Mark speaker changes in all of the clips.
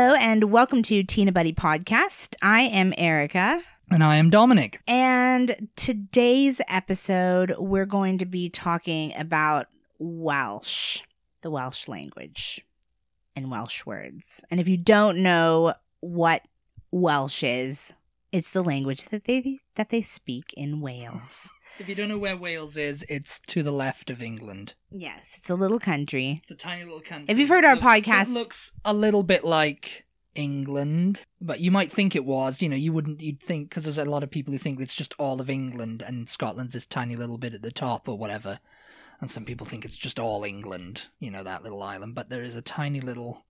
Speaker 1: welcome to Tina Buddy Podcast. I am Erica.
Speaker 2: And I am Dominic.
Speaker 1: And today's episode, we're going to be talking about Welsh, the Welsh language, and Welsh words. And if you don't know what Welsh is, it's the language that they that they speak in Wales.
Speaker 2: If you don't know where Wales is, it's to the left of England.
Speaker 1: Yes, it's a little country.
Speaker 2: It's a tiny little country.
Speaker 1: If you've heard our
Speaker 2: It looks-
Speaker 1: podcast-
Speaker 2: it looks a little bit like England, but you might think it was. You know, you wouldn't. You'd think because there's a lot of people who think it's just all of England and Scotland's this tiny little bit at the top or whatever. And some people think it's just all England. You know that little island, but there is a tiny little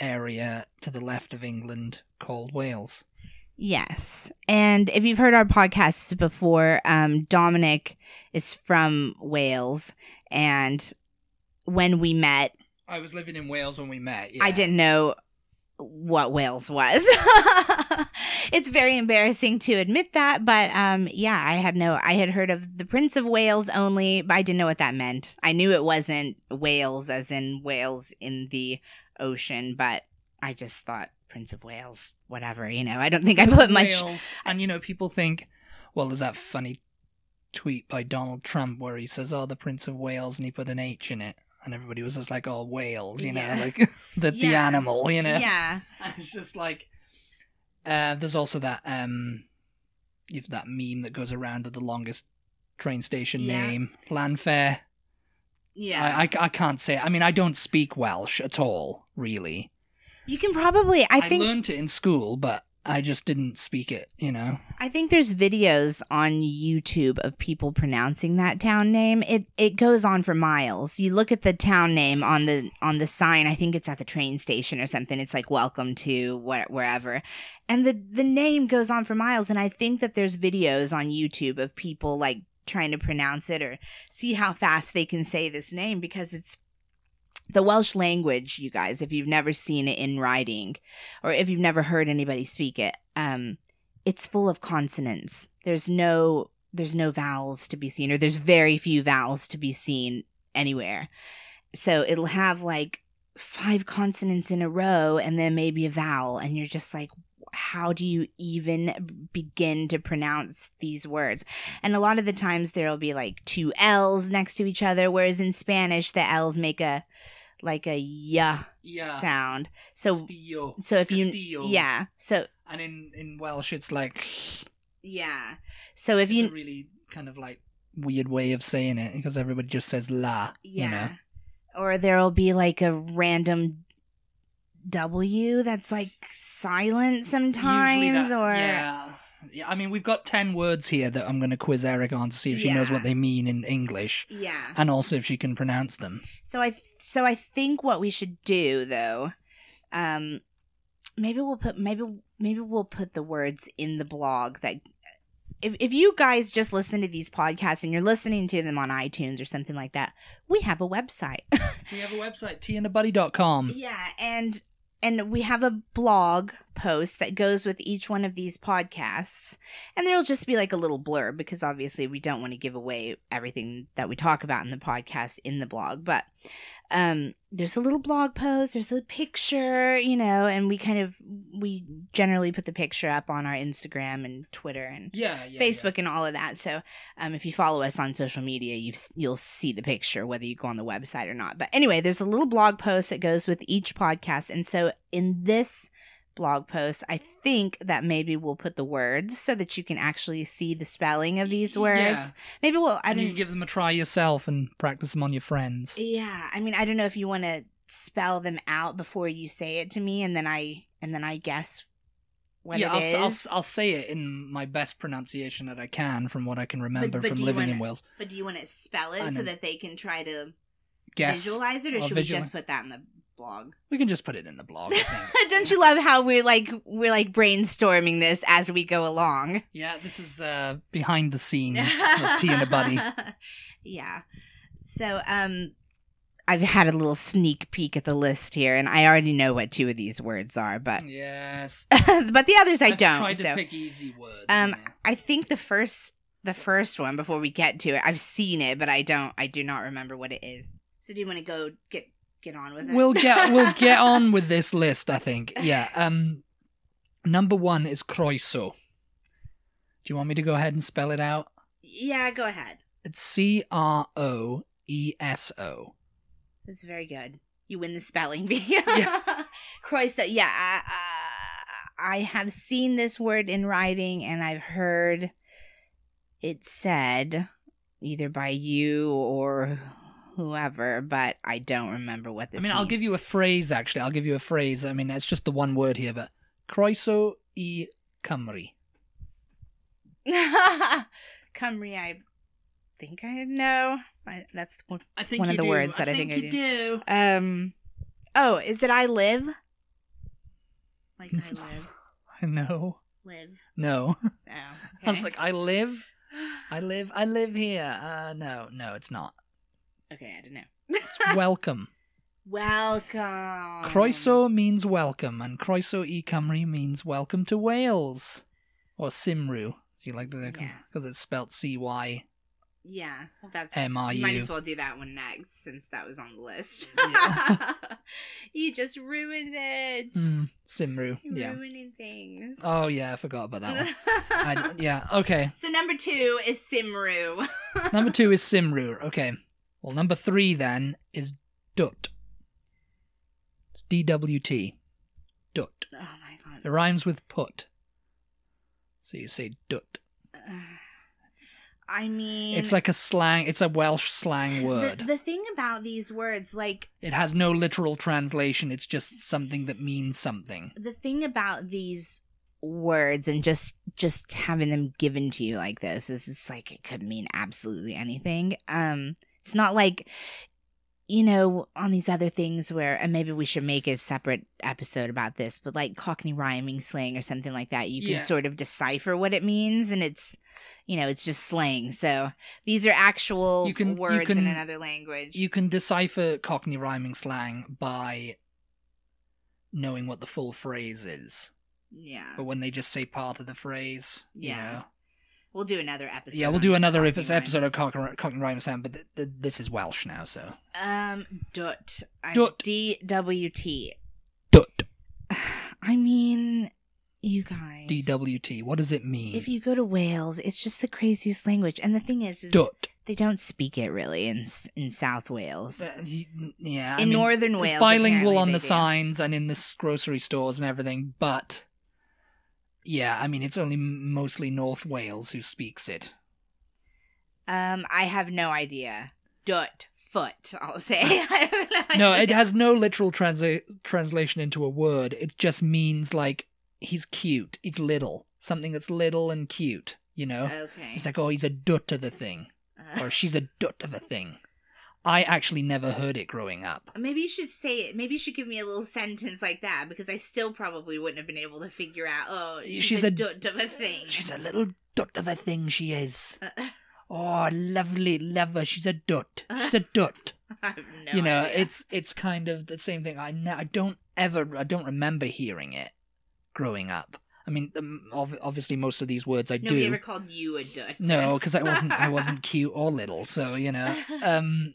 Speaker 2: area to the left of England called Wales.
Speaker 1: Yes. And if you've heard our podcasts before, um, Dominic is from Wales. And when we met,
Speaker 2: I was living in Wales when we met.
Speaker 1: I didn't know what Wales was. it's very embarrassing to admit that. But um, yeah, I had no, I had heard of the Prince of Wales only, but I didn't know what that meant. I knew it wasn't Wales as in Wales in the ocean, but I just thought Prince of Wales, whatever, you know, I don't think I put much.
Speaker 2: Wales. And you know, people think, well, there's that funny tweet by Donald Trump where he says, "Oh, the Prince of Wales," and he put an H in it, and everybody was just like, "Oh, Wales," you know,
Speaker 1: Yeah.
Speaker 2: like the the
Speaker 1: Yeah.
Speaker 2: animal, you know.
Speaker 1: Yeah.
Speaker 2: And it's just like, uh, there's also that um, if that meme that goes around of the longest train station
Speaker 1: Yeah.
Speaker 2: name, Lanfair.
Speaker 1: Yeah.
Speaker 2: I, I I can't say. I mean, I don't speak Welsh at all, really.
Speaker 1: you can probably I think
Speaker 2: learned it in school, but I just didn't speak it. You know.
Speaker 1: I think there's videos on YouTube of people pronouncing that town name. It it goes on for miles. You look at the town name on the on the sign. I think it's at the train station or something. It's like welcome to what wherever, and the the name goes on for miles. And I think that there's videos on YouTube of people like trying to pronounce it or see how fast they can say this name because it's the Welsh language. You guys, if you've never seen it in writing, or if you've never heard anybody speak it, um it's full of consonants. There's no there's no vowels to be seen, or there's very few vowels to be seen anywhere. So it'll have like five consonants in a row and then maybe a vowel, and you're just like, how do you even begin to pronounce these words? And a lot of the times there'll be like two L's next to each other, whereas in Spanish the L's make a like a yeah,
Speaker 2: Yeah.
Speaker 1: sound. So
Speaker 2: Castillo.
Speaker 1: so if you
Speaker 2: Castillo.
Speaker 1: yeah, so
Speaker 2: And in, in Welsh, it's like
Speaker 1: yeah. So if
Speaker 2: it's
Speaker 1: you
Speaker 2: a really kind of like weird way of saying it because everybody just says la.
Speaker 1: Yeah.
Speaker 2: You know?
Speaker 1: Or there'll be like a random W that's like silent
Speaker 2: Usually
Speaker 1: sometimes
Speaker 2: that-
Speaker 1: or
Speaker 2: yeah. Yeah, I mean, we've got 10 words here that I'm going to quiz Eric on to see if she knows
Speaker 1: Yeah.
Speaker 2: what they mean in English
Speaker 1: Yeah.
Speaker 2: and also if she can pronounce them.
Speaker 1: So I so I think what we should do though um maybe we'll put maybe maybe we'll put the words in the blog that if, if you guys just listen to these podcasts and you're listening to them on iTunes or something like that, we have a website.
Speaker 2: We have a website, tandabuddy.com.
Speaker 1: Yeah, and and we have a blog post that goes with each one of these podcasts. And there'll just be like a little blurb because obviously we don't want to give away everything that we talk about in the podcast in the blog, but um there's a little blog post, there's a picture, you know, and we kind of we generally put the picture up on our Instagram and Twitter and
Speaker 2: Yeah, yeah.
Speaker 1: Facebook and all of that. So, um, if you follow us on social media, you've, you'll see the picture, whether you go on the website or not. But anyway, there's a little blog post that goes with each podcast. And so, in this blog post, I think that maybe we'll put the words so that you can actually see the spelling of these
Speaker 2: Yeah.
Speaker 1: words. Maybe we'll, I
Speaker 2: And you
Speaker 1: don't,
Speaker 2: can give them a try yourself and practice them on your friends.
Speaker 1: yeah, I mean, I don't know if you want to spell them out before you say it to me and then I, and then I guess what
Speaker 2: yeah,
Speaker 1: it
Speaker 2: I'll, s- I'll,
Speaker 1: is.
Speaker 2: s- I'll say it in my best pronunciation that I can from what I can remember
Speaker 1: but
Speaker 2: from
Speaker 1: do you
Speaker 2: living in
Speaker 1: wanna-
Speaker 2: Wales.
Speaker 1: but do you want to spell it
Speaker 2: I
Speaker 1: so
Speaker 2: know.
Speaker 1: that they can try to
Speaker 2: Guess.
Speaker 1: visualize it, or
Speaker 2: I'll
Speaker 1: should we
Speaker 2: visualize-
Speaker 1: just put that in the blog?
Speaker 2: We can just put it in the blog. I think.
Speaker 1: Don't you love how we're like we're like brainstorming this as we go along?
Speaker 2: yeah, this is uh, behind the scenes of Tea and Mm, a Buddy.
Speaker 1: yeah. So um, I've had a little sneak peek at the list here, and I already know what two of these words are, but
Speaker 2: Yes.
Speaker 1: but the others I
Speaker 2: I've
Speaker 1: don't.
Speaker 2: Tried
Speaker 1: So
Speaker 2: to pick easy words.
Speaker 1: Um,
Speaker 2: yeah.
Speaker 1: I think the first the first one before we get to it, I've seen it, but I don't I do not remember what it is. So do you want to go get get on with it.
Speaker 2: We'll get we'll get on with this list, I think. Yeah. Um number 1 is Croiso. Do you want me to go ahead and spell it out?
Speaker 1: yeah, go ahead.
Speaker 2: It's C R O E S O.
Speaker 1: It's very good. You win the spelling bee. yeah.
Speaker 2: Yeah.
Speaker 1: Croeso. Yeah, I, uh, I, I have seen this word in writing and I've heard it said either by you or whoever, but I don't remember what
Speaker 2: I
Speaker 1: this
Speaker 2: mean, I'll
Speaker 1: means.
Speaker 2: give you a phrase actually. I'll give you a phrase. I mean, it's just the one word here, but Croiso e Cymru.
Speaker 1: Cymru, I think I know. I, that's one-
Speaker 2: I think
Speaker 1: One of you the do. words I that I think think I you
Speaker 2: do.
Speaker 1: um. Oh, is it I live? Like I live,
Speaker 2: No.
Speaker 1: live.
Speaker 2: No.
Speaker 1: Oh,
Speaker 2: I was
Speaker 1: okay.
Speaker 2: like, I live. I live. I live here. Uh, no, no, it's not.
Speaker 1: okay, I don't know.
Speaker 2: It's welcome.
Speaker 1: Welcome. Um,
Speaker 2: Croeso means welcome, and Croeso e Cymru means welcome to Wales, or Simru. So you like the because
Speaker 1: Yeah.
Speaker 2: it's spelt C Y
Speaker 1: Yeah, that's.
Speaker 2: M R
Speaker 1: Might
Speaker 2: U.
Speaker 1: as well do that one next since that was on the list.
Speaker 2: Yeah.
Speaker 1: you just ruined it.
Speaker 2: Mm, Simru.
Speaker 1: You're
Speaker 2: Yeah.
Speaker 1: ruining things.
Speaker 2: Oh yeah, I forgot about that one. I d yeah. Okay.
Speaker 1: so number two is Simru. Oh
Speaker 2: Number two is Simru. Okay. Well, number three then is Dut. It's D W T. Dut.
Speaker 1: Oh my
Speaker 2: It
Speaker 1: god.
Speaker 2: rhymes with put. So you say dut.
Speaker 1: I mean,
Speaker 2: It's like a slang, it's a Welsh slang
Speaker 1: Mm. the,
Speaker 2: word.
Speaker 1: the thing about these words, like
Speaker 2: It has no literal translation, it's just something that means something.
Speaker 1: the thing about these words and just just having them given to you like this is it's like it could mean absolutely anything um it's not like you know on these other things where and maybe we should make a separate episode about this but like cockney rhyming slang or something like that you can
Speaker 2: Yeah.
Speaker 1: sort of decipher what it means and it's you know it's just slang so these are actual
Speaker 2: You can- you
Speaker 1: words in
Speaker 2: can-
Speaker 1: another language
Speaker 2: You can decipher Cockney rhyming slang by knowing what the full phrase is.
Speaker 1: yeah
Speaker 2: But when they just say part of the phrase, you
Speaker 1: Yeah.
Speaker 2: know.
Speaker 1: we'll do another episode
Speaker 2: yeah, we'll
Speaker 1: on
Speaker 2: do another
Speaker 1: Cockney
Speaker 2: episode,
Speaker 1: rhymes.
Speaker 2: episode of Cockney, Cockney rhyming slang, but th- th- this is Welsh now, so.
Speaker 1: Um, dot. I'm
Speaker 2: Dot.
Speaker 1: D-W-T.
Speaker 2: Dut.
Speaker 1: I mean, you guys.
Speaker 2: D-W-T. What does it mean?
Speaker 1: If you go to Wales, it's just the craziest language. And the thing is, is
Speaker 2: Dut.
Speaker 1: they don't speak it really in s- in South Wales.
Speaker 2: Uh, y- yeah, I
Speaker 1: in
Speaker 2: mean,
Speaker 1: Northern Wales,
Speaker 2: it's
Speaker 1: apparently
Speaker 2: bilingual on
Speaker 1: they
Speaker 2: the
Speaker 1: do.
Speaker 2: signs and in the s- grocery stores and everything, but yeah, I mean, it's only m- mostly North Wales who speaks it.
Speaker 1: Um, I have no idea. Dot foot. I'll say. I have
Speaker 2: No, it
Speaker 1: idea.
Speaker 2: has no literal transa- translation into a word. It just means like he's cute, he's little, something that's little and cute. You know,
Speaker 1: Okay.
Speaker 2: it's like oh, he's a dut of a thing,
Speaker 1: Uh,
Speaker 2: or she's a dut of a thing. I actually never heard it growing up.
Speaker 1: Uh, Maybe you should say it. Maybe you should give me a little sentence like that because I still probably wouldn't have been able to figure out. Oh, she's,
Speaker 2: She's
Speaker 1: a,
Speaker 2: a-
Speaker 1: dot of a thing.
Speaker 2: She's a little dut of a thing. She is.
Speaker 1: Uh,
Speaker 2: Oh, lovely, love her. She's a dot. She's a dot.
Speaker 1: I have no
Speaker 2: you know,
Speaker 1: idea.
Speaker 2: it's it's kind of the same thing. I ne- I don't ever I don't remember hearing it growing up. I mean, the, ob- obviously most of these words I
Speaker 1: Nobody
Speaker 2: do.
Speaker 1: ever called you a dud.
Speaker 2: No, because I wasn't I wasn't cute or little, so you know. Um,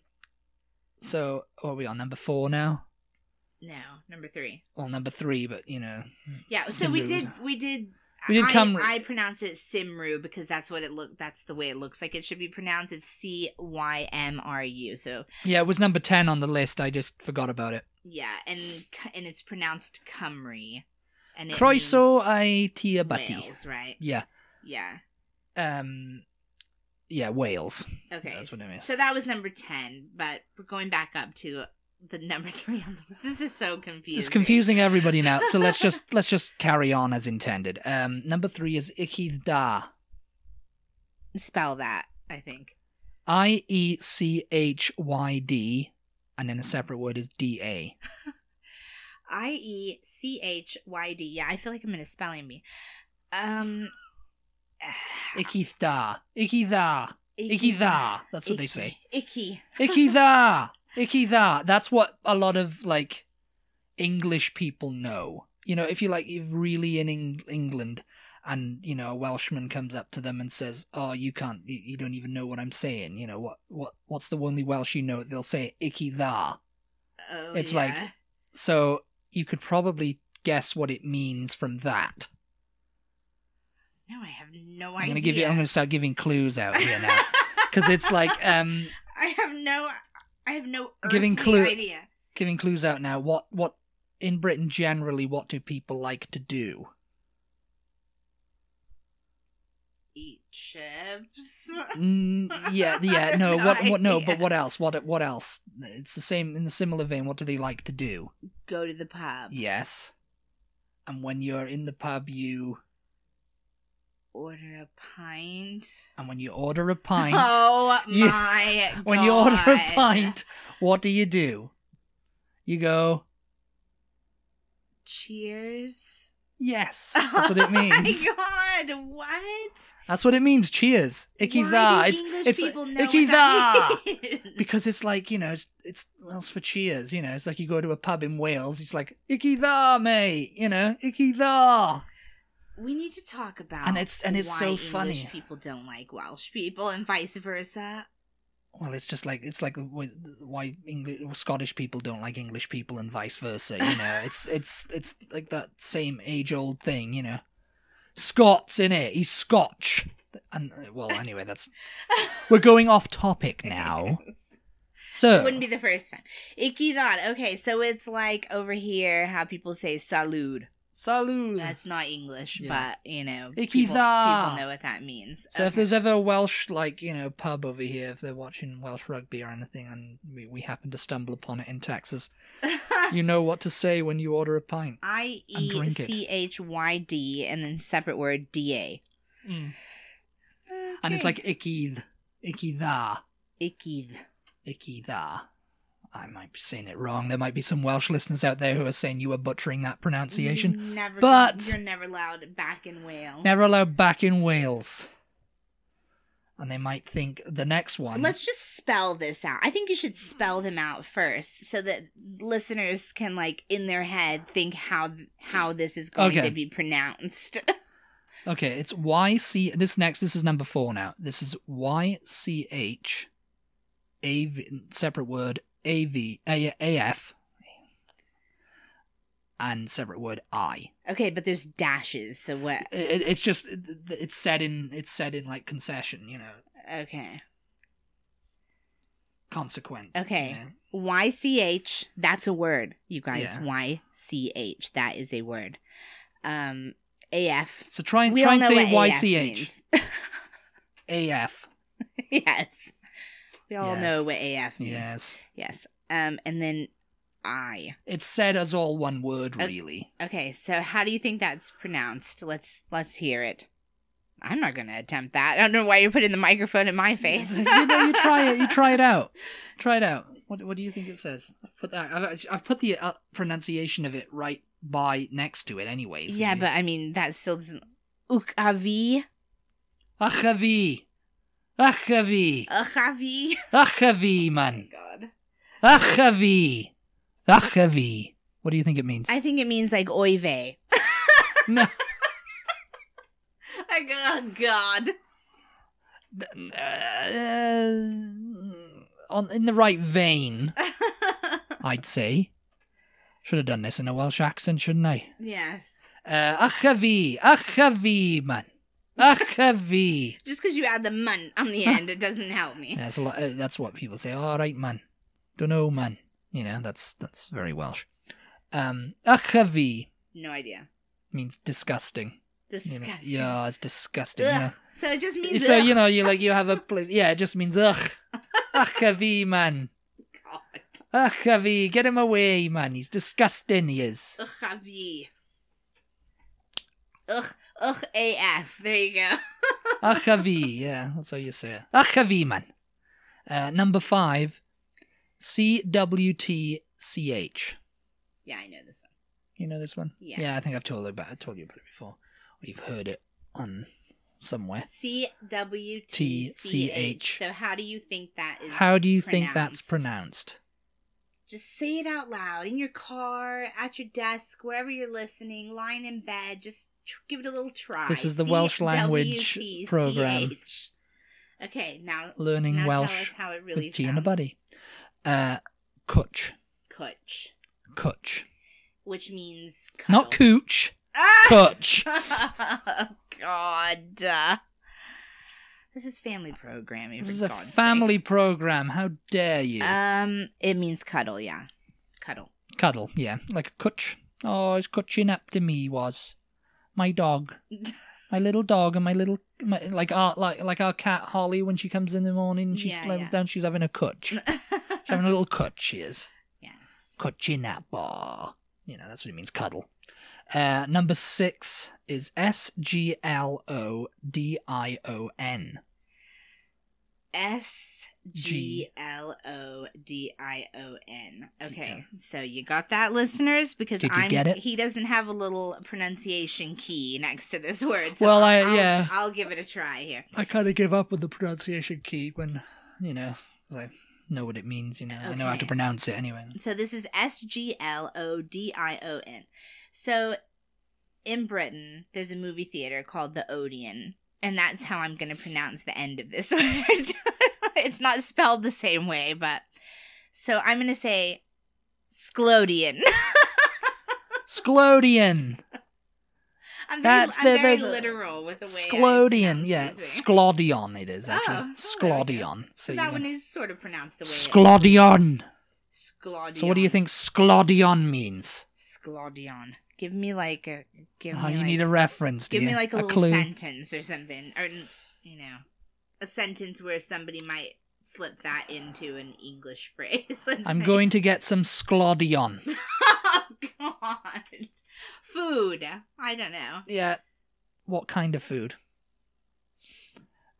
Speaker 2: so what are we on number four now?
Speaker 1: no, number three.
Speaker 2: Well, number three, but you know,
Speaker 1: Yeah, so we
Speaker 2: Simru.
Speaker 1: did. We did.
Speaker 2: We did
Speaker 1: I,
Speaker 2: Kamru.
Speaker 1: I pronounce it Simru because that's what it look. That's the way it looks like it should be pronounced. It's C Y M R U. So
Speaker 2: yeah, it was number ten on the list. I just forgot about it.
Speaker 1: yeah, and c- and it's pronounced Cymru. And it
Speaker 2: Croeso
Speaker 1: means
Speaker 2: ai tiabati.
Speaker 1: Wales, right?
Speaker 2: Yeah.
Speaker 1: Yeah.
Speaker 2: Um. Yeah, Wales.
Speaker 1: Okay.
Speaker 2: That's what it means.
Speaker 1: So that was number ten, but we're going back up to the number three on the list. This is so confusing.
Speaker 2: It's confusing everybody now, so let's just let's just carry on as intended. Um, number three is Ichid Da.
Speaker 1: Spell that. I think.
Speaker 2: I E C H Y D, and then a separate word is D A.
Speaker 1: I E C H Y D. Yeah, I feel like I'm in a spelling bee. Um,
Speaker 2: Ichid Da. Ichid Da. Ichid Da. That's what they say.
Speaker 1: Icky.
Speaker 2: Ichid Da. Ichid Da. That's what a lot of like English people know. You know, if you're like you're really in Eng- England, and you know a Welshman comes up to them and says, "Oh, you can't, you, you don't even know what I'm saying." You know what what what's the only Welsh you know? They'll say "icky tha."
Speaker 1: Oh,
Speaker 2: It's
Speaker 1: yeah.
Speaker 2: like- So you could probably guess what it means from that.
Speaker 1: No, I have no idea.
Speaker 2: I'm gonna give you. I'm gonna oh, start giving clues out here now because it's like um,
Speaker 1: I have no. I have no giving
Speaker 2: Giving clue-
Speaker 1: clue idea.
Speaker 2: giving clues out now. What what in Britain generally? What do people like to do?
Speaker 1: Eat chips.
Speaker 2: Mm, yeah, yeah. No,
Speaker 1: No
Speaker 2: what what? No,
Speaker 1: idea.
Speaker 2: but what else? What what else? It's the same in the similar vein. What do they like to do?
Speaker 1: Go to the pub.
Speaker 2: Yes. And when you're in the pub, you
Speaker 1: Order a pint.
Speaker 2: and when you order a pint,
Speaker 1: Oh
Speaker 2: You-
Speaker 1: my god.
Speaker 2: when you order a pint, what do you do? You go.
Speaker 1: Cheers.
Speaker 2: Yes, that's what it means.
Speaker 1: Oh my god, what?
Speaker 2: That's what it means. Cheers, icky tha.
Speaker 1: Why do
Speaker 2: It's
Speaker 1: English
Speaker 2: it's
Speaker 1: people know
Speaker 2: icky
Speaker 1: what that means?
Speaker 2: because it's like you know it's, it's what else for cheers. You know, it's like you go to a pub in Wales. It's like icky tha, mate. You know, icky tha.
Speaker 1: We need to talk about
Speaker 2: And it's- and it's
Speaker 1: why
Speaker 2: so
Speaker 1: English
Speaker 2: funny.
Speaker 1: people don't like Welsh people and vice versa.
Speaker 2: Well, it's just like it's like with- why English Scottish people don't like English people and vice versa. You know, it's it's it's like that same age old thing. You know, Scots in it. He's Scotch. And uh, well, anyway, that's we're going off topic now. So
Speaker 1: Wouldn't be the first time. Icky that. Okay, so it's like over here how people say salud.
Speaker 2: salut.
Speaker 1: That's not English,
Speaker 2: Yeah.
Speaker 1: but you know,
Speaker 2: Icky
Speaker 1: people, people
Speaker 2: that.
Speaker 1: know what that means.
Speaker 2: So if
Speaker 1: Okay.
Speaker 2: there's ever a Welsh like you know pub over here, if they're watching Welsh rugby or anything, and we, we happen to stumble upon it in Texas, you know what to say when you order a pint.
Speaker 1: I
Speaker 2: And
Speaker 1: E
Speaker 2: drink it.
Speaker 1: C H Y D and then separate word D A. Mm.
Speaker 2: And it's like icky, th- icky tha.
Speaker 1: icky. th-
Speaker 2: Icky tha. I might be saying it wrong. There might be some Welsh listeners out there who are saying you were butchering that pronunciation.
Speaker 1: You Never,
Speaker 2: But-
Speaker 1: you're never allowed back in Wales.
Speaker 2: Never allowed back in Wales. And they might think the next one.
Speaker 1: Let's just spell this out. I think you should spell them out first, so that listeners can like in their head think how how this is going
Speaker 2: Okay.
Speaker 1: to be pronounced.
Speaker 2: Okay, it's Y C. This next, this is number four now. This is Y C H, A V separate word A V A A F, and separate word I.
Speaker 1: okay, but there's dashes, so what?
Speaker 2: It, it- it's just it- it's said in it's said in like concession, you know,
Speaker 1: Okay,
Speaker 2: consequent.
Speaker 1: Okay.
Speaker 2: you know.
Speaker 1: Y C H. That's a word, you guys.
Speaker 2: Yeah.
Speaker 1: Y C H. That is a word. Um, A F.
Speaker 2: So try and
Speaker 1: We
Speaker 2: try
Speaker 1: all
Speaker 2: and
Speaker 1: know
Speaker 2: say
Speaker 1: what
Speaker 2: Y
Speaker 1: AF
Speaker 2: C H
Speaker 1: means.
Speaker 2: A F.
Speaker 1: yes, we all
Speaker 2: Yes.
Speaker 1: know what A F means.
Speaker 2: Yes,
Speaker 1: Yes. Um, and then I.
Speaker 2: it's said as all one word,
Speaker 1: Okay.
Speaker 2: really.
Speaker 1: Okay, so how do you think that's pronounced? Let's let's hear it. I'm not gonna attempt that. I don't know why you're putting the microphone in my face.
Speaker 2: you know, you try it. You try it out. Try it out. What, what do you think it says? I've put that. I've, actually- I've put the uh, pronunciation of it right by next to it, anyway. so
Speaker 1: yeah,
Speaker 2: you-
Speaker 1: but I mean that still doesn't. Ukavi,
Speaker 2: Achavi, achavi,
Speaker 1: ukavi. Oh,
Speaker 2: achavi, man,
Speaker 1: God,
Speaker 2: achavi, achavi. What do you think it means?
Speaker 1: I think it means like oive.
Speaker 2: No.
Speaker 1: Like, oh God.
Speaker 2: Uh, on in the right vein, I'd say. Should have done this in a Welsh accent, shouldn't I?
Speaker 1: yes.
Speaker 2: Uh, achavi, achavi, man, achavi.
Speaker 1: Just because you add the mun on the end, it doesn't help me.
Speaker 2: That's a lot, uh, that's what people say. All right, man. Don't know, man. You know, that's that's very Welsh. Um, achavi
Speaker 1: No idea.
Speaker 2: means disgusting. You know,
Speaker 1: Disgusting.
Speaker 2: yeah, it's disgusting.
Speaker 1: Ugh.
Speaker 2: Yeah.
Speaker 1: So it just means.
Speaker 2: So
Speaker 1: ugh.
Speaker 2: you know, you like you have a place. Yeah, it just means ugh. achavi, man.
Speaker 1: God.
Speaker 2: Achavi, get him away, man. He's disgusting. He is.
Speaker 1: Ukavi. Ugh, ugh, AF. There you go.
Speaker 2: Achavi, yeah, that's how you say it. Achavi, man. Uh, number five, C W T C H.
Speaker 1: Yeah, I know this one.
Speaker 2: You know this one?
Speaker 1: Yeah.
Speaker 2: Yeah, I think I've told about I told you about it before. Or you've heard it on somewhere.
Speaker 1: C W T C
Speaker 2: T-C-H.
Speaker 1: H. So how do you think that is?
Speaker 2: How do you think that's pronounced?
Speaker 1: Just say it out loud in your car, at your desk, wherever you're listening, lying in bed. Just tr- give it a little try.
Speaker 2: This is the Welsh language
Speaker 1: C-W-T-C-H.
Speaker 2: program.
Speaker 1: Okay, now
Speaker 2: Learning
Speaker 1: now tell us
Speaker 2: Welsh
Speaker 1: how it really
Speaker 2: with tea and a
Speaker 1: sounds.
Speaker 2: buddy. Uh, Kutch.
Speaker 3: Kutch,
Speaker 2: Kutch.
Speaker 3: which means cuddle.
Speaker 2: Not cooch.
Speaker 3: Ah!
Speaker 2: Kutch.
Speaker 3: oh, God. Uh, this is family programming.
Speaker 2: This
Speaker 3: for
Speaker 2: is a
Speaker 3: God's sake.
Speaker 2: family program. How dare you?
Speaker 1: Uh,
Speaker 3: Um, it means cuddle. Yeah, cuddle.
Speaker 2: Cuddle, yeah. Like a cutch. Oh, he's cutching up to me was. My dog. My little dog and my little my, like our like like our cat Holly when she comes in the morning, she
Speaker 3: Yeah,
Speaker 2: slams
Speaker 3: yeah.
Speaker 2: down, she's having a cutch. she's having a little cutch, she is.
Speaker 3: yes.
Speaker 2: Cutching up bar. You know, that's what it means, cuddle. Uh, number six is S G L O D I O N.
Speaker 3: S G L O D I O N. Okay, so you got that, listeners? Because
Speaker 2: Did you
Speaker 3: I'm
Speaker 2: get it?
Speaker 3: he doesn't have a little pronunciation key next to this word. So
Speaker 2: Well, I-
Speaker 3: I'll-
Speaker 2: yeah.
Speaker 3: I'll give it a try here.
Speaker 2: I kind of give up with the pronunciation key when, you know, 'cause I know what it means, you know. I know how to
Speaker 3: Okay.
Speaker 2: pronounce it anyway.
Speaker 3: So this is S G L O D I O N. So in Britain, there's a movie theater called the Odeon, and that's how I'm going to pronounce the end of this word. it's not spelled the same way, but so I'm going to say Sclodion.
Speaker 2: Sclodian.
Speaker 3: I'm very,
Speaker 2: That's
Speaker 3: I'm
Speaker 2: the-
Speaker 3: very
Speaker 2: the-
Speaker 3: literal with the way I
Speaker 2: Sclodian.
Speaker 3: pronounce
Speaker 2: Yeah,
Speaker 3: these things.
Speaker 2: Sclodion it is,
Speaker 3: Oh,
Speaker 2: actually.
Speaker 3: oh, there we go.
Speaker 2: Sclodion. So
Speaker 3: So
Speaker 2: you
Speaker 3: that
Speaker 2: know.
Speaker 3: one is sort of pronounced the way
Speaker 2: Sclodion.
Speaker 3: Sclodion.
Speaker 2: So what do you think Sclodion means?
Speaker 3: Sclodion. Give me like a give
Speaker 2: Oh,
Speaker 3: me
Speaker 2: you
Speaker 3: like,
Speaker 2: need a reference, do
Speaker 3: give
Speaker 2: you?
Speaker 3: me like a, little
Speaker 2: clue.
Speaker 3: sentence or something or you know a sentence where somebody might slip that into an english phrase and
Speaker 2: I'm
Speaker 3: say-
Speaker 2: going to get some Sclodion.
Speaker 3: oh god food i don't know
Speaker 2: Yeah. What kind of food?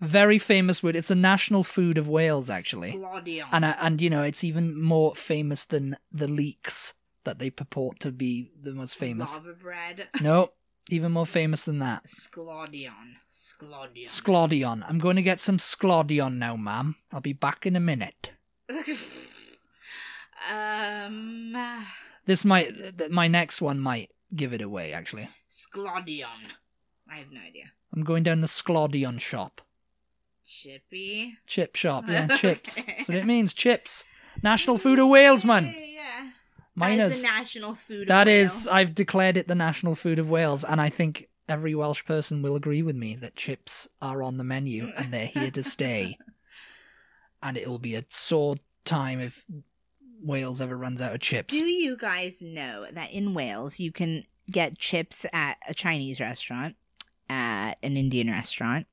Speaker 2: Very famous word. It's a national food of Wales, actually.
Speaker 3: Sclodion.
Speaker 2: and uh, and you know it's even more famous than the leeks that they purport to be the most famous.
Speaker 3: lava bread
Speaker 2: no, even more famous than that.
Speaker 3: Sclodion. Sclodion.
Speaker 2: Sclodion. I'm going to get some Sclodion now, ma'am. I'll be back in a minute.
Speaker 3: um,
Speaker 2: This might th- my next one might give it away actually.
Speaker 3: Sclodion. I have no idea.
Speaker 2: I'm going down the Sclodion shop.
Speaker 3: Chippy.
Speaker 2: Chip shop, yeah,
Speaker 3: Okay.
Speaker 2: chips. That's what it means, chips. National food of Wales, man.
Speaker 3: Yeah.
Speaker 2: Mine
Speaker 3: That is
Speaker 2: is-
Speaker 3: the national food.
Speaker 2: That
Speaker 3: of
Speaker 2: is,
Speaker 3: Wales.
Speaker 2: I've declared it the national food of Wales, and I think every Welsh person will agree with me that chips are on the menu and they're here to stay. And it'll be a sore time if Wales ever runs out of chips.
Speaker 3: Do you guys know that in Wales you can
Speaker 1: Get chips at a Chinese restaurant, at an Indian restaurant,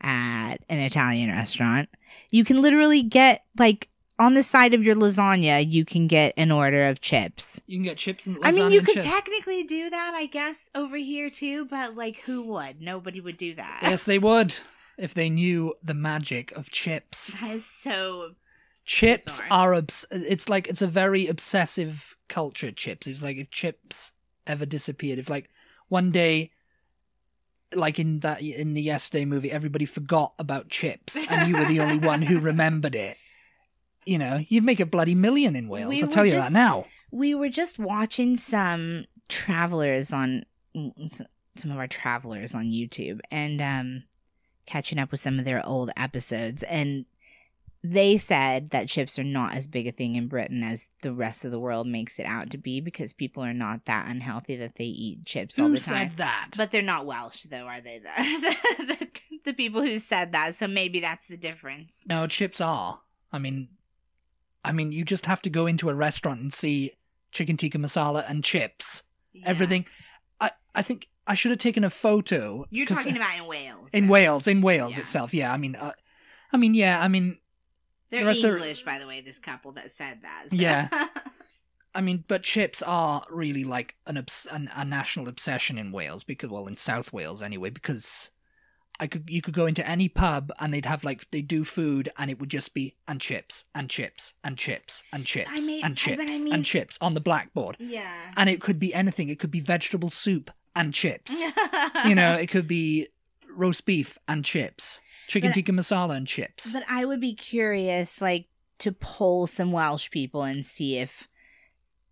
Speaker 1: at an Italian restaurant. You can literally get like on the side of your lasagna, you can get an order of chips.
Speaker 2: You can get chips and
Speaker 1: I mean,
Speaker 2: lasagna
Speaker 1: you
Speaker 2: and
Speaker 1: could
Speaker 2: chips.
Speaker 3: technically do that? I guess over here too, but like, who would? Nobody would do that.
Speaker 2: yes, they would if they knew the magic of chips.
Speaker 3: That is so.
Speaker 2: Chips
Speaker 3: Bizarre.
Speaker 2: are obs- it's like it's a very obsessive culture. Chips. It's like if chips ever disappeared, if like one day, like in that in the yesterday movie, everybody forgot about chips and you were the only one who remembered it. You know, you'd make a bloody million in Wales.
Speaker 1: We
Speaker 2: I'll tell
Speaker 1: were
Speaker 2: you
Speaker 1: just-
Speaker 2: that now.
Speaker 1: We were just watching some travelers on some of our travelers on YouTube and um catching up with some of their old episodes and they said that chips are not as big a thing in Britain as the rest of the world makes it out to be because people are not that unhealthy that they eat chips all
Speaker 2: Who
Speaker 1: the time.
Speaker 2: said that?
Speaker 1: But they're not Welsh though, are they? The, the, the, the people who said that, so maybe that's the difference.
Speaker 2: No, chips are. I mean, I mean, you just have to go into a restaurant and see chicken tikka masala and chips. Everything. I I think I should have taken a photo.
Speaker 3: You're
Speaker 2: 'cause-
Speaker 3: talking about in Wales.
Speaker 2: in
Speaker 3: though.
Speaker 2: Wales, in Wales
Speaker 3: Yeah.
Speaker 2: itself. Yeah, I mean, uh, I mean, yeah, I mean,
Speaker 3: They're
Speaker 2: the rest are-
Speaker 3: English, by the way. This couple that said that. so-
Speaker 2: Yeah. I mean, but chips are really like an, obs- an a national obsession in Wales because, well, in South Wales anyway, because I could you could go into any pub and they'd have like they do food and it would just be and chips and chips and chips and chips
Speaker 3: mean-
Speaker 2: and
Speaker 3: but I
Speaker 2: chips
Speaker 3: mean-
Speaker 2: and chips on the blackboard,
Speaker 3: yeah.
Speaker 2: and it could be anything. It could be vegetable soup and chips. you know, it could be roast beef and chips, chicken
Speaker 1: But-
Speaker 2: tikka masala and chips.
Speaker 1: But I would be curious, like, to poll some Welsh people and see if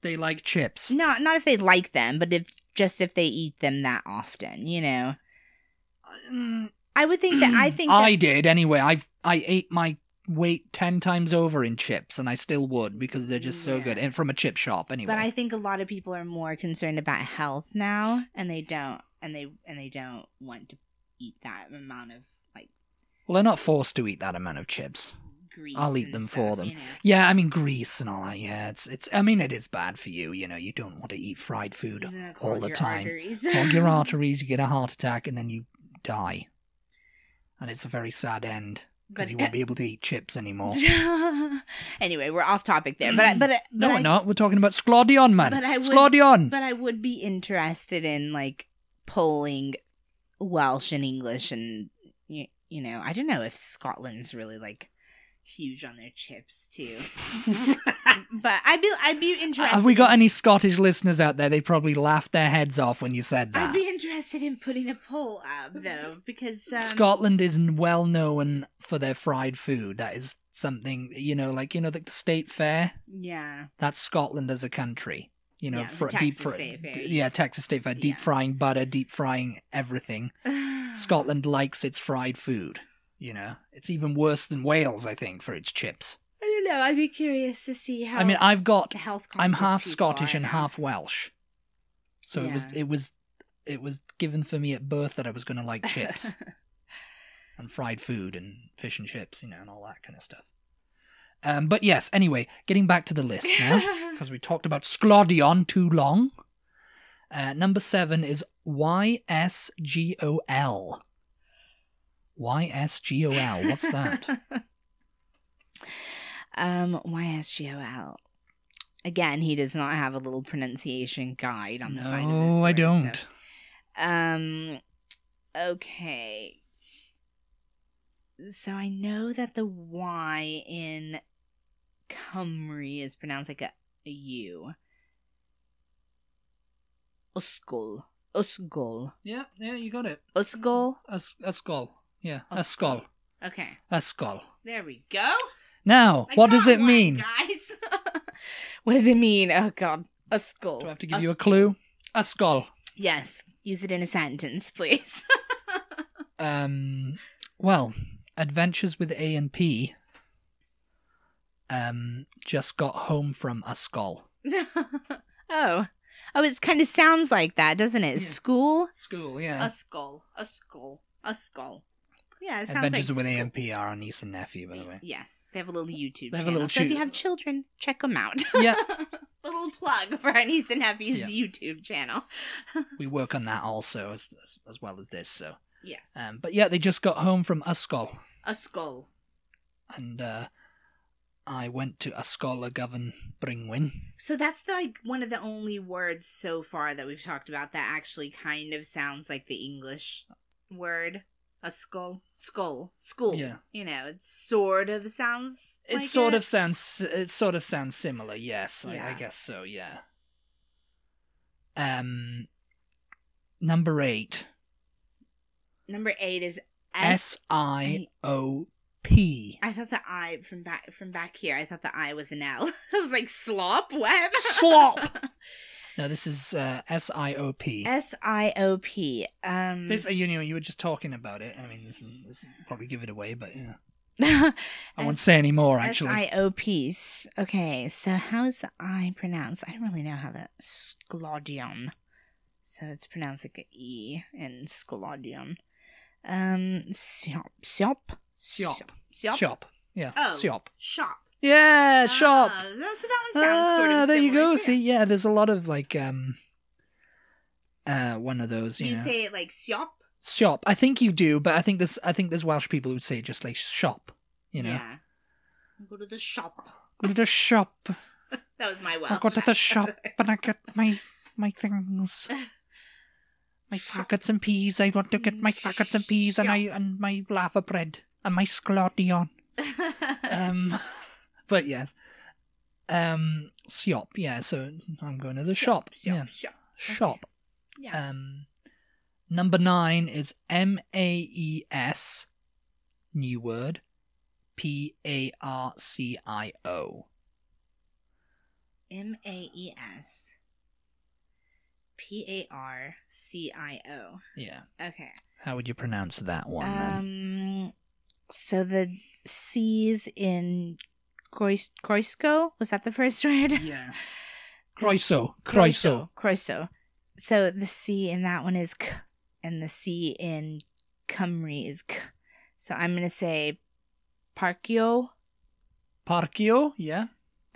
Speaker 2: they like chips.
Speaker 1: not not if they like them, but if just if they eat them that often, you know.
Speaker 2: Mm,
Speaker 1: I would think that I think that,
Speaker 2: I did anyway. I I ate my weight 10 times over in chips and I still would because they're just so
Speaker 1: Yeah.
Speaker 2: good. And from a chip shop, anyway.
Speaker 1: But I think a lot of people are more concerned about health now, and they don't, and they and they don't want to eat that amount of like
Speaker 2: well, they're not forced to eat that amount of chips.
Speaker 1: grease.
Speaker 2: I'll eat
Speaker 1: and
Speaker 2: them
Speaker 1: stuff,
Speaker 2: for them.
Speaker 1: you know.
Speaker 2: Yeah, I mean, grease and all that. Yeah, it's, it's, I mean, it is bad for you. You know, you don't want to eat fried food
Speaker 1: Isn't it
Speaker 2: all
Speaker 1: called
Speaker 2: the
Speaker 1: your
Speaker 2: time.
Speaker 1: arteries?
Speaker 2: Clog your arteries, you get a heart attack, and then you die. And it's a very sad end because
Speaker 1: But-
Speaker 2: you won't be able to eat chips anymore.
Speaker 1: anyway, we're off topic there, but I, but I- but
Speaker 2: No,
Speaker 1: I,
Speaker 2: we're not. We're talking about Sclodion, man.
Speaker 1: But I would-
Speaker 2: Sclodion.
Speaker 1: But I would be interested in like polling Welsh and English, and you, you know, I don't know if Scotland's really like huge on their chips too. but I'd be I'd be interested.
Speaker 2: Have we got
Speaker 1: in-
Speaker 2: any Scottish listeners out there? They probably laughed their heads off when you said that.
Speaker 1: I'd be interested in putting a poll up though, because um,
Speaker 2: Scotland is n- well known for their fried food. That is something you know, like you know, like the state fair.
Speaker 1: yeah,
Speaker 2: That's Scotland as a country. You know,
Speaker 1: Yeah, the
Speaker 2: fr-
Speaker 1: Texas
Speaker 2: fr-
Speaker 1: state fair,
Speaker 2: d-
Speaker 1: yeah.
Speaker 2: yeah, Texas state fair, deep
Speaker 1: Yeah. Ah.
Speaker 2: frying butter, deep frying everything. Scotland likes its fried food. You know, it's even worse than Wales, I think, for its chips.
Speaker 1: I don't know. I'd be curious to see how.
Speaker 2: I mean, I've got
Speaker 1: the health.
Speaker 2: I'm
Speaker 1: conscious
Speaker 2: half
Speaker 1: people
Speaker 2: Scottish
Speaker 1: are
Speaker 2: and
Speaker 1: now.
Speaker 2: half Welsh. So it was
Speaker 1: Yeah.
Speaker 2: it was it was given for me at birth that I was going to like chips and fried food and fish and chips, you know, and all that kind of stuff. Um, but yes, anyway, getting back to the list now because we talked about Sclodion too long. Uh, number seven is YSGOL. YSGOL. What's that?
Speaker 1: Um, YSGOL. Again, he does not have a little pronunciation guide on the side of this.
Speaker 2: no, I
Speaker 1: word, so-
Speaker 2: don't.
Speaker 1: Um, okay. So I know that the Y in Cymru is pronounced like a, a U. Usgol. Usgol.
Speaker 2: Yeah, yeah, you got it.
Speaker 1: Usgol?
Speaker 2: A, s- a skull. Yeah,
Speaker 1: A
Speaker 2: a skull.
Speaker 1: Okay.
Speaker 2: A skull.
Speaker 1: There we go.
Speaker 2: Now,
Speaker 1: I
Speaker 2: what does
Speaker 1: got
Speaker 2: it
Speaker 1: one,
Speaker 2: mean?
Speaker 1: guys? what does it mean? Oh god, a skull.
Speaker 2: Do I have to give you a clue? A skull.
Speaker 1: Yes, use it in a sentence, please.
Speaker 2: Um, well, Adventures with A and P. Um, just got home from a skull.
Speaker 1: oh, oh, it kind of sounds like that, doesn't it?
Speaker 2: Yeah.
Speaker 1: School,
Speaker 2: School, yeah.
Speaker 1: a skull, a skull, a skull. Yeah, it sounds
Speaker 2: Adventures
Speaker 1: like
Speaker 2: with A
Speaker 1: school.
Speaker 2: and P are our niece and nephew, by the way.
Speaker 1: Yes, they have a little YouTube
Speaker 2: They have a
Speaker 1: channel.
Speaker 2: little
Speaker 1: so if you
Speaker 2: choo-
Speaker 1: have children, check them out.
Speaker 2: yeah,
Speaker 1: a little plug for our niece and nephew's YouTube channel.
Speaker 2: we work on that also as as, as well as this. So,
Speaker 1: Yes,
Speaker 2: um, but yeah, they just got home from a skull,
Speaker 1: a skull.
Speaker 2: and uh, I went to a scholar govern Bringwin.
Speaker 1: So that's like one of the only words so far that we've talked about that actually kind of sounds like the English word. A skull. Skull. School.
Speaker 2: Yeah.
Speaker 1: You know, it sort of sounds
Speaker 2: It
Speaker 1: like
Speaker 2: sort
Speaker 1: it.
Speaker 2: of sounds. It sort of sounds similar. Yes, I, I
Speaker 1: Yeah.
Speaker 2: guess so. Yeah. Um, number eight.
Speaker 1: number eight is S.
Speaker 2: S I O P.
Speaker 1: I thought the I from back from back here, I thought the I was an L. I was like slop, what?
Speaker 2: Slop. No, this is uh, S I O P.
Speaker 1: S I O P. Um
Speaker 2: This, uh, you know, you were just talking about it. I mean, this, this probably give it away, but yeah, I won't say any more. Actually,
Speaker 1: S-I-O-P's. Okay, so how is the I pronounced? I don't really know how that. Sclodion. So it's pronounced like a E in Sclodion. Um, siop. Siop.
Speaker 2: Siop.
Speaker 1: Siop.
Speaker 2: shop. Yeah,
Speaker 1: Oh.
Speaker 2: shop.
Speaker 1: Shop.
Speaker 2: Yeah, shop.
Speaker 1: Ah, so that one sounds sort
Speaker 2: Ah,
Speaker 1: of
Speaker 2: there you
Speaker 1: similar,
Speaker 2: go.
Speaker 1: too.
Speaker 2: See, yeah, there's a lot of like um, uh, one of those.
Speaker 1: Do
Speaker 2: You,
Speaker 1: you
Speaker 2: know.
Speaker 1: say it like siop?
Speaker 2: shop. I think you do, but I think there's I think there's Welsh people who would say just like shop. You know,
Speaker 1: Yeah. Go to the shop.
Speaker 2: go to the shop.
Speaker 1: That was my Welsh.
Speaker 2: I go to the shop and I get my my things. My
Speaker 1: Shop. Mm,
Speaker 2: faggots and peas. I want to get my faggots and peas and I and my lava bread and my sclodion. Um, but yes, um, shop. Yeah, so I'm going to the shop.
Speaker 1: Siop,
Speaker 2: yeah,
Speaker 1: siop.
Speaker 2: shop.
Speaker 1: Yeah.
Speaker 2: Um, number nine is M A E S, new word, P A R C I O.
Speaker 1: M A E S P A R C I O.
Speaker 2: Yeah.
Speaker 1: Okay.
Speaker 2: How would you pronounce that one then?
Speaker 1: Um So the C's in Crois- Croisco was that the first word?
Speaker 2: Yeah. Croiso. Croiso.
Speaker 1: Croiso. So the C in that one is K, and the C in Cymru is K. So I'm gonna say Parkio.
Speaker 2: Parchio. Yeah.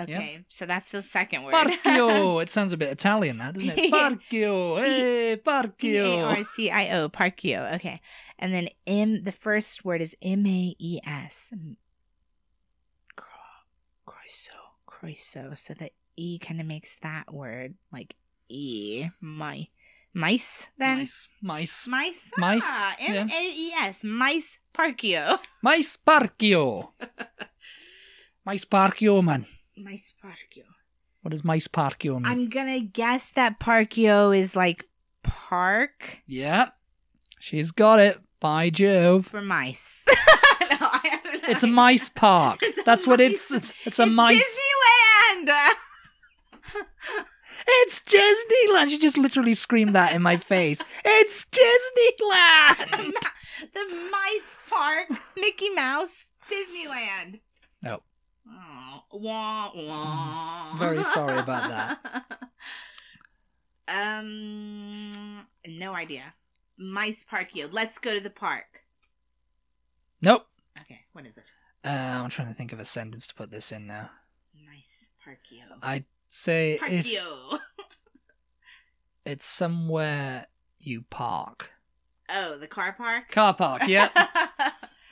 Speaker 3: Okay, so that's the second word.
Speaker 2: Parchio. it sounds a bit Italian, that doesn't it? Parchio. Hey,
Speaker 1: P A R
Speaker 2: Parchio.
Speaker 1: C I O, Parkio. Okay. And then M, the first word is M A E S. Croiso. Croiso. So the E kind of makes that word like E. My, mice, then?
Speaker 2: Mice. Mice.
Speaker 3: Mice.
Speaker 2: Mice,
Speaker 3: Ah,
Speaker 2: yeah.
Speaker 3: M A E S. Mice Parkio.
Speaker 2: Mice Parchio. Mice Parchio, man.
Speaker 3: Mice Parkio.
Speaker 2: What does mice Parchio mean?
Speaker 1: I'm going to guess that Parkio is like park
Speaker 2: Yeah. She's got it. By Jove.
Speaker 1: for mice.
Speaker 3: no, I have no
Speaker 2: It's a
Speaker 3: idea.
Speaker 2: mice park.
Speaker 3: It's a
Speaker 2: That's what
Speaker 3: mice-
Speaker 2: it's. It's, it's a mice.
Speaker 3: Disneyland.
Speaker 2: It's Disneyland. She just literally screamed that in my face. It's Disneyland.
Speaker 3: the mice park.
Speaker 1: Mickey Mouse, Disneyland.
Speaker 2: No.
Speaker 3: Oh, wah, wah.
Speaker 2: Very sorry about that.
Speaker 3: Um, no idea. Mice Parkio. Let's go to the park.
Speaker 2: Nope.
Speaker 3: Okay, what is it?
Speaker 2: Uh, I'm trying to think of a sentence to put this in now.
Speaker 3: Mice Parkio.
Speaker 2: I'd say Uh, if
Speaker 3: Parkio.
Speaker 2: it's somewhere you park.
Speaker 3: Oh, the car park.
Speaker 2: Car park, yeah.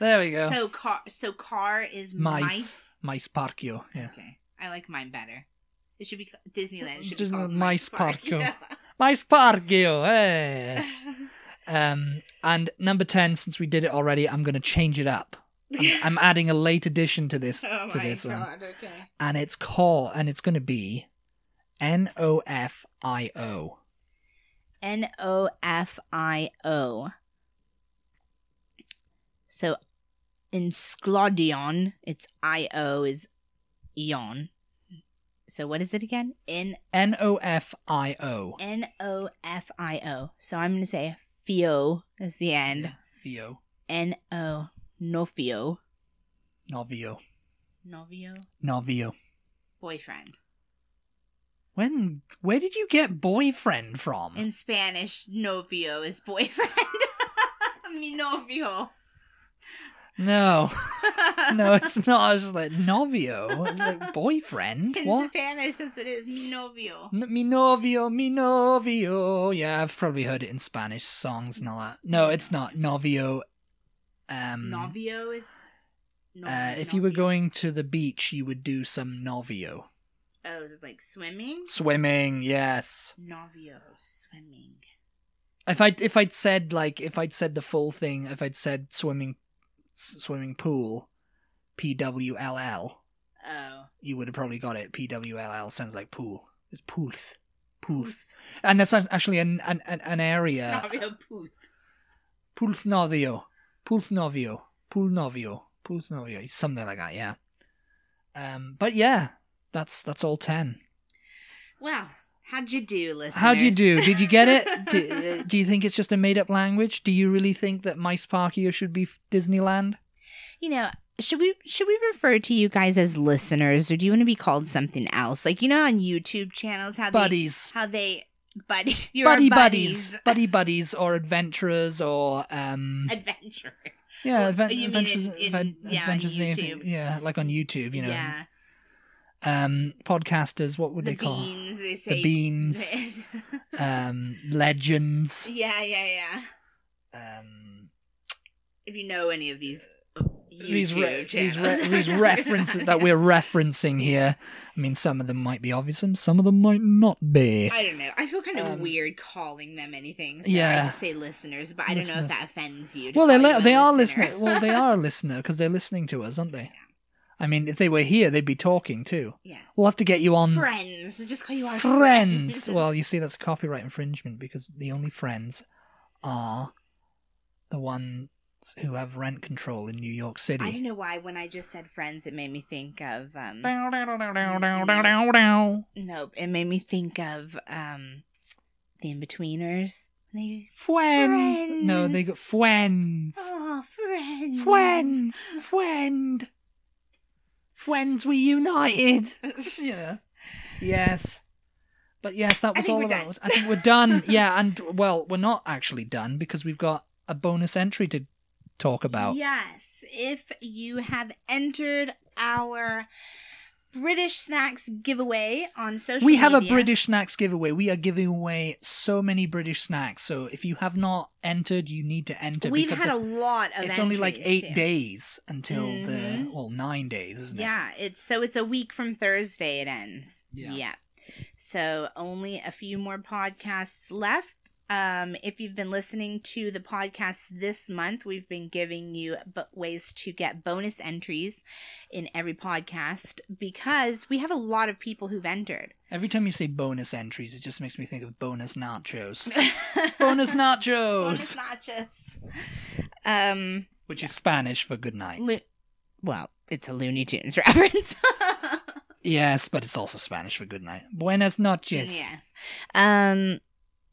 Speaker 2: there we go.
Speaker 3: so car. So car is mice.
Speaker 2: mice. Mice parkio, yeah.
Speaker 3: Okay, I like mine better. It should be ca- Disneyland. Should
Speaker 2: Disneyland
Speaker 3: be called
Speaker 2: Mice
Speaker 3: Mice
Speaker 2: Parkio.
Speaker 3: Parkio.
Speaker 2: Mice parkio, hey. um, and number 10, since we did it already, I'm going to change it up. I'm, I'm adding a late addition to this
Speaker 3: oh
Speaker 2: to
Speaker 3: my
Speaker 2: this one.
Speaker 3: god! Okay.
Speaker 2: and it's call and it's going to be N O F I O.
Speaker 1: N O F I O. So in Sclodion, it's I O is Eon. So what is it again? N
Speaker 2: N O F I O.
Speaker 1: N O F I O. So I'm gonna say Fio is the end.
Speaker 2: Fio.
Speaker 1: N O Nofio.
Speaker 2: Novio.
Speaker 1: Novio?
Speaker 2: Novio.
Speaker 3: Boyfriend
Speaker 2: When where did you get boyfriend from?
Speaker 3: in Spanish, novio is boyfriend. Mi novio.
Speaker 2: no. No, it's not. I was just like novio. It's like boyfriend.
Speaker 3: In
Speaker 2: what? Hmm.
Speaker 3: Spanish, that's what it is. Mi novio.
Speaker 2: N- Mi novio, mi novio. Yeah, I've probably heard it in Spanish songs and all that. No, it's not novio. Um,
Speaker 3: Novio is. No-
Speaker 2: uh, if you were
Speaker 3: novio.
Speaker 2: going to the beach, you would do some novio.
Speaker 3: Oh, like swimming?
Speaker 2: Swimming, yes.
Speaker 3: Novio, swimming.
Speaker 2: If I if I'd said like if I'd said the full thing, if I'd said swimming, s- swimming pool, P W L L,
Speaker 3: Oh.
Speaker 2: you would have probably got it. P W L L sounds like pool. It's pooth, pooth, and that's ac- actually an an an, an area.
Speaker 3: Novio Puth.
Speaker 2: Pooth novio, pooth novio, pool novio, pooth novio, something like that. Yeah. Um. But yeah, that's that's all ten.
Speaker 3: Well, how'd you do, listeners?
Speaker 2: How'd you do? Did you get it? do, uh, do you think it's just a made up language? Do you really think that Mice Parkio should be f- Disneyland?
Speaker 1: You know, should we should we refer to you guys as listeners or do you want to be called something else? Like you know on YouTube channels how they
Speaker 2: Buddies.
Speaker 1: how they buddy you
Speaker 2: Buddy
Speaker 1: buddy
Speaker 2: buddies. Buddy buddies or adventurers or, um,
Speaker 3: Adventure.
Speaker 2: yeah,
Speaker 3: Well,
Speaker 2: adven-
Speaker 3: you mean
Speaker 2: adventures,
Speaker 3: in- in-
Speaker 2: adven-
Speaker 3: yeah, on
Speaker 2: adventures in-
Speaker 3: YouTube.
Speaker 2: yeah, like on YouTube, you know.
Speaker 3: yeah.
Speaker 2: Um, podcasters, what would
Speaker 3: the
Speaker 2: they call?
Speaker 3: beans, they say.
Speaker 2: The beans, um, legends,
Speaker 3: yeah, yeah, yeah.
Speaker 2: um,
Speaker 3: If you know any of these uh, YouTube
Speaker 2: these, re- these,
Speaker 3: channels.
Speaker 2: re- these references that we're referencing here. I mean, some of them might be obvious, and some of them might not be.
Speaker 3: I don't know. I feel kind of
Speaker 2: Um,
Speaker 3: weird calling them anything. So
Speaker 2: yeah.
Speaker 3: I just say listeners, but I don't know if
Speaker 2: Listeners.
Speaker 3: that offends you. to
Speaker 2: Well, they
Speaker 3: call
Speaker 2: li-
Speaker 3: you a
Speaker 2: they are
Speaker 3: listener.
Speaker 2: listening. Well, they are a listener because they're listening to us, aren't they? I mean, if they were here, they'd be talking too.
Speaker 3: Yes.
Speaker 2: We'll have to get you on
Speaker 3: friends. Just call you our
Speaker 2: friends. Well, you see, that's a copyright infringement because the only friends are the ones who have rent control in New York
Speaker 3: I don't
Speaker 2: City.
Speaker 3: know why when I just said friends, it made me think of um. Nope, it made me think of um, the in-betweeners. They
Speaker 2: Friends. No, they got friends.
Speaker 3: oh friends. friends.
Speaker 2: Friends, friend, friends, we united. yeah. Yes. But yes, that
Speaker 3: I
Speaker 2: was
Speaker 3: think
Speaker 2: all
Speaker 3: we're
Speaker 2: about.
Speaker 3: done.
Speaker 2: I think we're done. yeah, and well, we're not actually done because we've got a bonus entry to talk about.
Speaker 3: Yes, if you have entered our British snacks giveaway on social
Speaker 2: we have
Speaker 3: media,
Speaker 2: a British snacks giveaway. We are giving away so many British snacks. So if you have not entered, you need to enter.
Speaker 3: We've
Speaker 2: because
Speaker 3: had a
Speaker 2: the-
Speaker 3: lot of
Speaker 2: It's only like
Speaker 3: entries,
Speaker 2: eight
Speaker 3: too.
Speaker 2: days until the
Speaker 3: Mhm.
Speaker 2: well nine days, isn't it?
Speaker 3: Yeah, it's so it's a week from Thursday it ends.
Speaker 2: Yeah.
Speaker 3: Yeah. So only a few more podcasts left. Um, if you've been listening to the podcast this month, we've been giving you b- ways to get bonus entries in every podcast because we have a lot of people who've entered.
Speaker 2: Every time you say bonus entries, it just makes me think of bonus nachos. bonus nachos,
Speaker 3: bonus notches. Um,
Speaker 2: which is Spanish for good night.
Speaker 1: Lo- well, it's a Looney Tunes reference.
Speaker 2: Yes, but it's also Spanish for good night. Buenas noches.
Speaker 3: Yes.
Speaker 1: Um.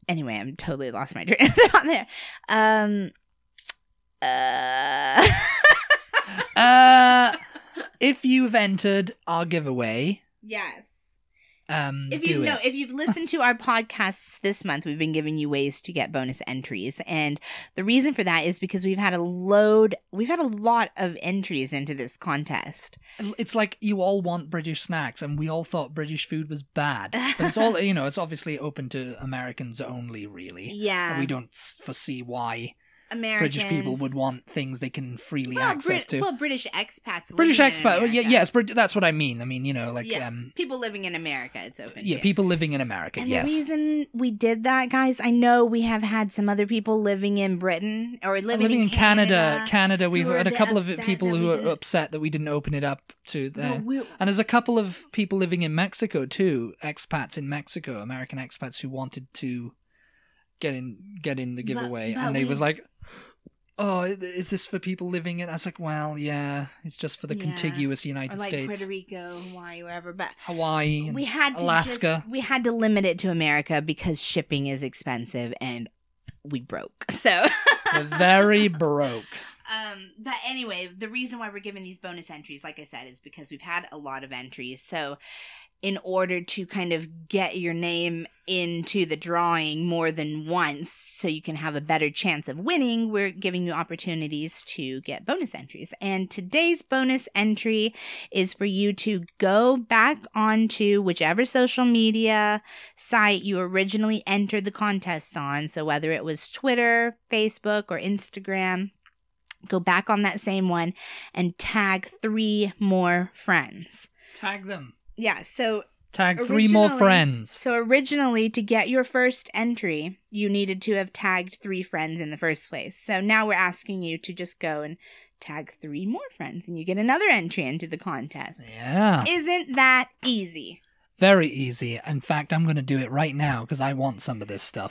Speaker 1: Anyway, I'm totally lost my train of thought there. Um. Uh.
Speaker 2: Uh, if you've entered our giveaway,
Speaker 3: Yes.
Speaker 2: um,
Speaker 3: if you
Speaker 2: do
Speaker 3: know
Speaker 2: it.
Speaker 3: if you've listened
Speaker 1: Listen to our podcasts this month. We've been giving you ways to get bonus entries, and the reason for that is because we've had a load. We've had a lot of entries into this contest.
Speaker 2: It's like you all want British snacks, and we all thought British food was bad. But it's all you know. It's obviously open to Americans only, really. And
Speaker 3: yeah
Speaker 2: we don't s- foresee why
Speaker 3: americans
Speaker 2: British people would want things they can freely
Speaker 3: well,
Speaker 2: access
Speaker 3: Brit-
Speaker 2: to.
Speaker 3: well british expats
Speaker 2: British
Speaker 3: living in
Speaker 2: expat. well, Yeah,
Speaker 3: America.
Speaker 2: yes, Brit- that's what I mean. I mean, you know, like
Speaker 3: Yeah.
Speaker 2: um,
Speaker 3: people living in america it's open
Speaker 2: yeah,
Speaker 3: to.
Speaker 2: people living in America.
Speaker 1: And
Speaker 2: yes.
Speaker 1: the reason we did that, guys, I know we have had some other people living in Britain or
Speaker 2: I'm
Speaker 1: living,
Speaker 2: Oh, living in Canada. Canada, we've
Speaker 3: who are a
Speaker 2: had a
Speaker 3: bit
Speaker 2: couple of
Speaker 3: upset
Speaker 2: people
Speaker 3: that
Speaker 2: who
Speaker 3: we
Speaker 2: are
Speaker 3: didn't-
Speaker 2: upset that we didn't open it up to
Speaker 3: No,
Speaker 2: there.
Speaker 3: we're-
Speaker 2: and there's a couple of people living in Mexico too, expats in Mexico, American expats who wanted to get in get in the
Speaker 3: But-
Speaker 2: giveaway,
Speaker 3: but
Speaker 2: and they
Speaker 3: we-
Speaker 2: was like, "Oh, i- is this for people living in?" I was like, "Well, yeah, it's just for the
Speaker 3: Yeah.
Speaker 2: contiguous
Speaker 3: or
Speaker 2: United
Speaker 3: like
Speaker 2: States,
Speaker 3: puerto rico hawaii wherever but
Speaker 2: Hawaii, and
Speaker 1: we had to
Speaker 2: Alaska."
Speaker 1: just- we had to limit it to America because shipping is expensive and we broke. So
Speaker 2: They're very broke.
Speaker 3: Um, but anyway, the reason why we're giving these bonus entries, like I said, is because we've had a lot of entries. So, in order to kind of get your name
Speaker 1: into the drawing more than once so you can have a better chance of winning. We're giving you opportunities to get bonus entries. And today's bonus entry is for you to go back onto whichever social media site you originally entered the contest on. So whether it was Twitter, Facebook, or Instagram, go back on that same one and tag three more friends.
Speaker 2: Tag them.
Speaker 1: Yeah, so
Speaker 2: Tag three more
Speaker 1: Originally-
Speaker 2: friends.
Speaker 1: so originally, to get your first entry, you needed to have tagged three friends in the first place. So now we're asking you to just go and tag three more friends, and you get another entry into the contest.
Speaker 2: Yeah,
Speaker 1: Isn't that easy?
Speaker 2: very easy. In fact, I'm going to do it right now because I want some of this stuff.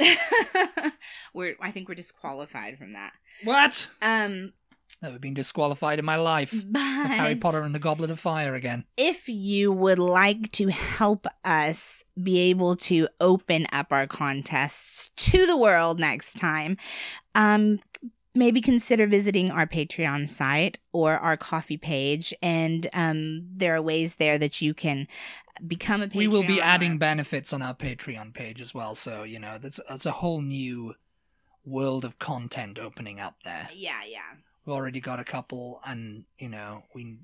Speaker 3: we're I think we're disqualified from that.
Speaker 2: what?
Speaker 3: Um,
Speaker 2: Never been disqualified in my life. It's
Speaker 1: But
Speaker 2: like Harry Potter and the Goblet of Fire again.
Speaker 1: if you would like to help us be able to open up our contests to the world next time, um, maybe consider visiting our Patreon site or our coffee page. And um, there are ways there that you can become a Patreon.
Speaker 2: We will be adding
Speaker 1: or-
Speaker 2: benefits on our Patreon page as well, so you know that's that's a whole new world of content opening up there.
Speaker 3: yeah, yeah.
Speaker 2: We've already got a couple, and you know we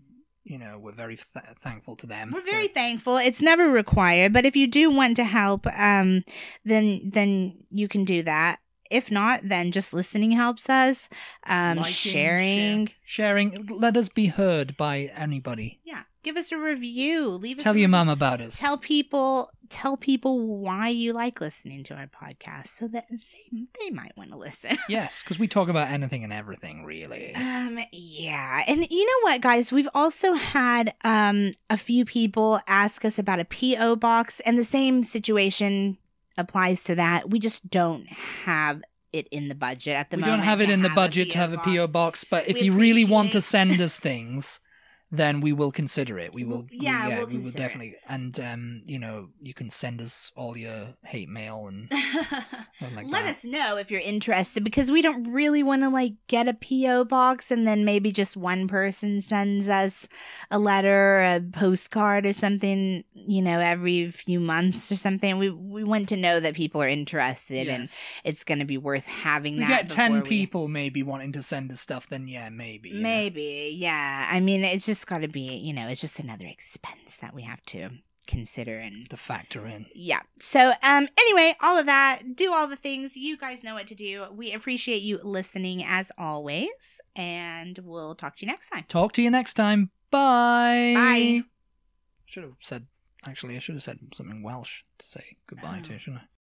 Speaker 2: you know we're very th- thankful to them.
Speaker 1: We're
Speaker 2: for-
Speaker 1: very thankful. It's never required, but if you do want to help, um, then then you can do that. If not, then just listening helps us. Um,
Speaker 2: Liking, share-
Speaker 1: sharing.
Speaker 2: sharing. Let us be heard by anybody.
Speaker 1: Yeah. Give us a review. Leave us
Speaker 2: Tell
Speaker 1: a
Speaker 2: your
Speaker 1: review.
Speaker 2: mum about us.
Speaker 1: Tell people tell people why you like listening to our podcast so that they, they might want to listen.
Speaker 2: yes, because we talk about anything and everything, really.
Speaker 1: Um yeah. And you know what guys, we've also had um a few people ask us about a PO box and the same situation applies to that. We just don't have it in the budget at the
Speaker 2: we
Speaker 1: moment.
Speaker 2: don't have it
Speaker 1: to
Speaker 2: in the
Speaker 1: a
Speaker 2: budget to have a
Speaker 1: PO
Speaker 2: PO box, but if
Speaker 3: We
Speaker 2: you really want to
Speaker 3: appreciate-
Speaker 2: send us things, then we will consider it. We will, we-
Speaker 3: Yeah, we'll
Speaker 2: we will
Speaker 3: consider it.
Speaker 2: definitely. And um, you know, you can send us all your hate mail and, and like
Speaker 3: Let
Speaker 2: that.
Speaker 3: us know if
Speaker 1: if you're interested because we don't really want to like get a PO box and then maybe just one person sends us a letter, a postcard or something, you know, every few months or something. We we want to know that people are interested and
Speaker 2: Yes.
Speaker 1: it's going to be worth having
Speaker 2: we
Speaker 1: that.
Speaker 2: get ten
Speaker 1: before we-
Speaker 2: people maybe wanting to send us stuff. Then yeah, maybe. you know.
Speaker 1: Maybe, yeah. I mean, it's just got to be, you know, it's just another expense that we have to consider and
Speaker 2: to factor in.
Speaker 1: yeah.
Speaker 3: So, um, anyway, all of that, do all the things. You guys know what to do. We appreciate you listening as always, and we'll talk to you next time.
Speaker 2: Talk to you next time. Bye.
Speaker 3: Bye.
Speaker 2: Should have said. Actually, I should have said something Welsh to say goodbye to, shouldn't I?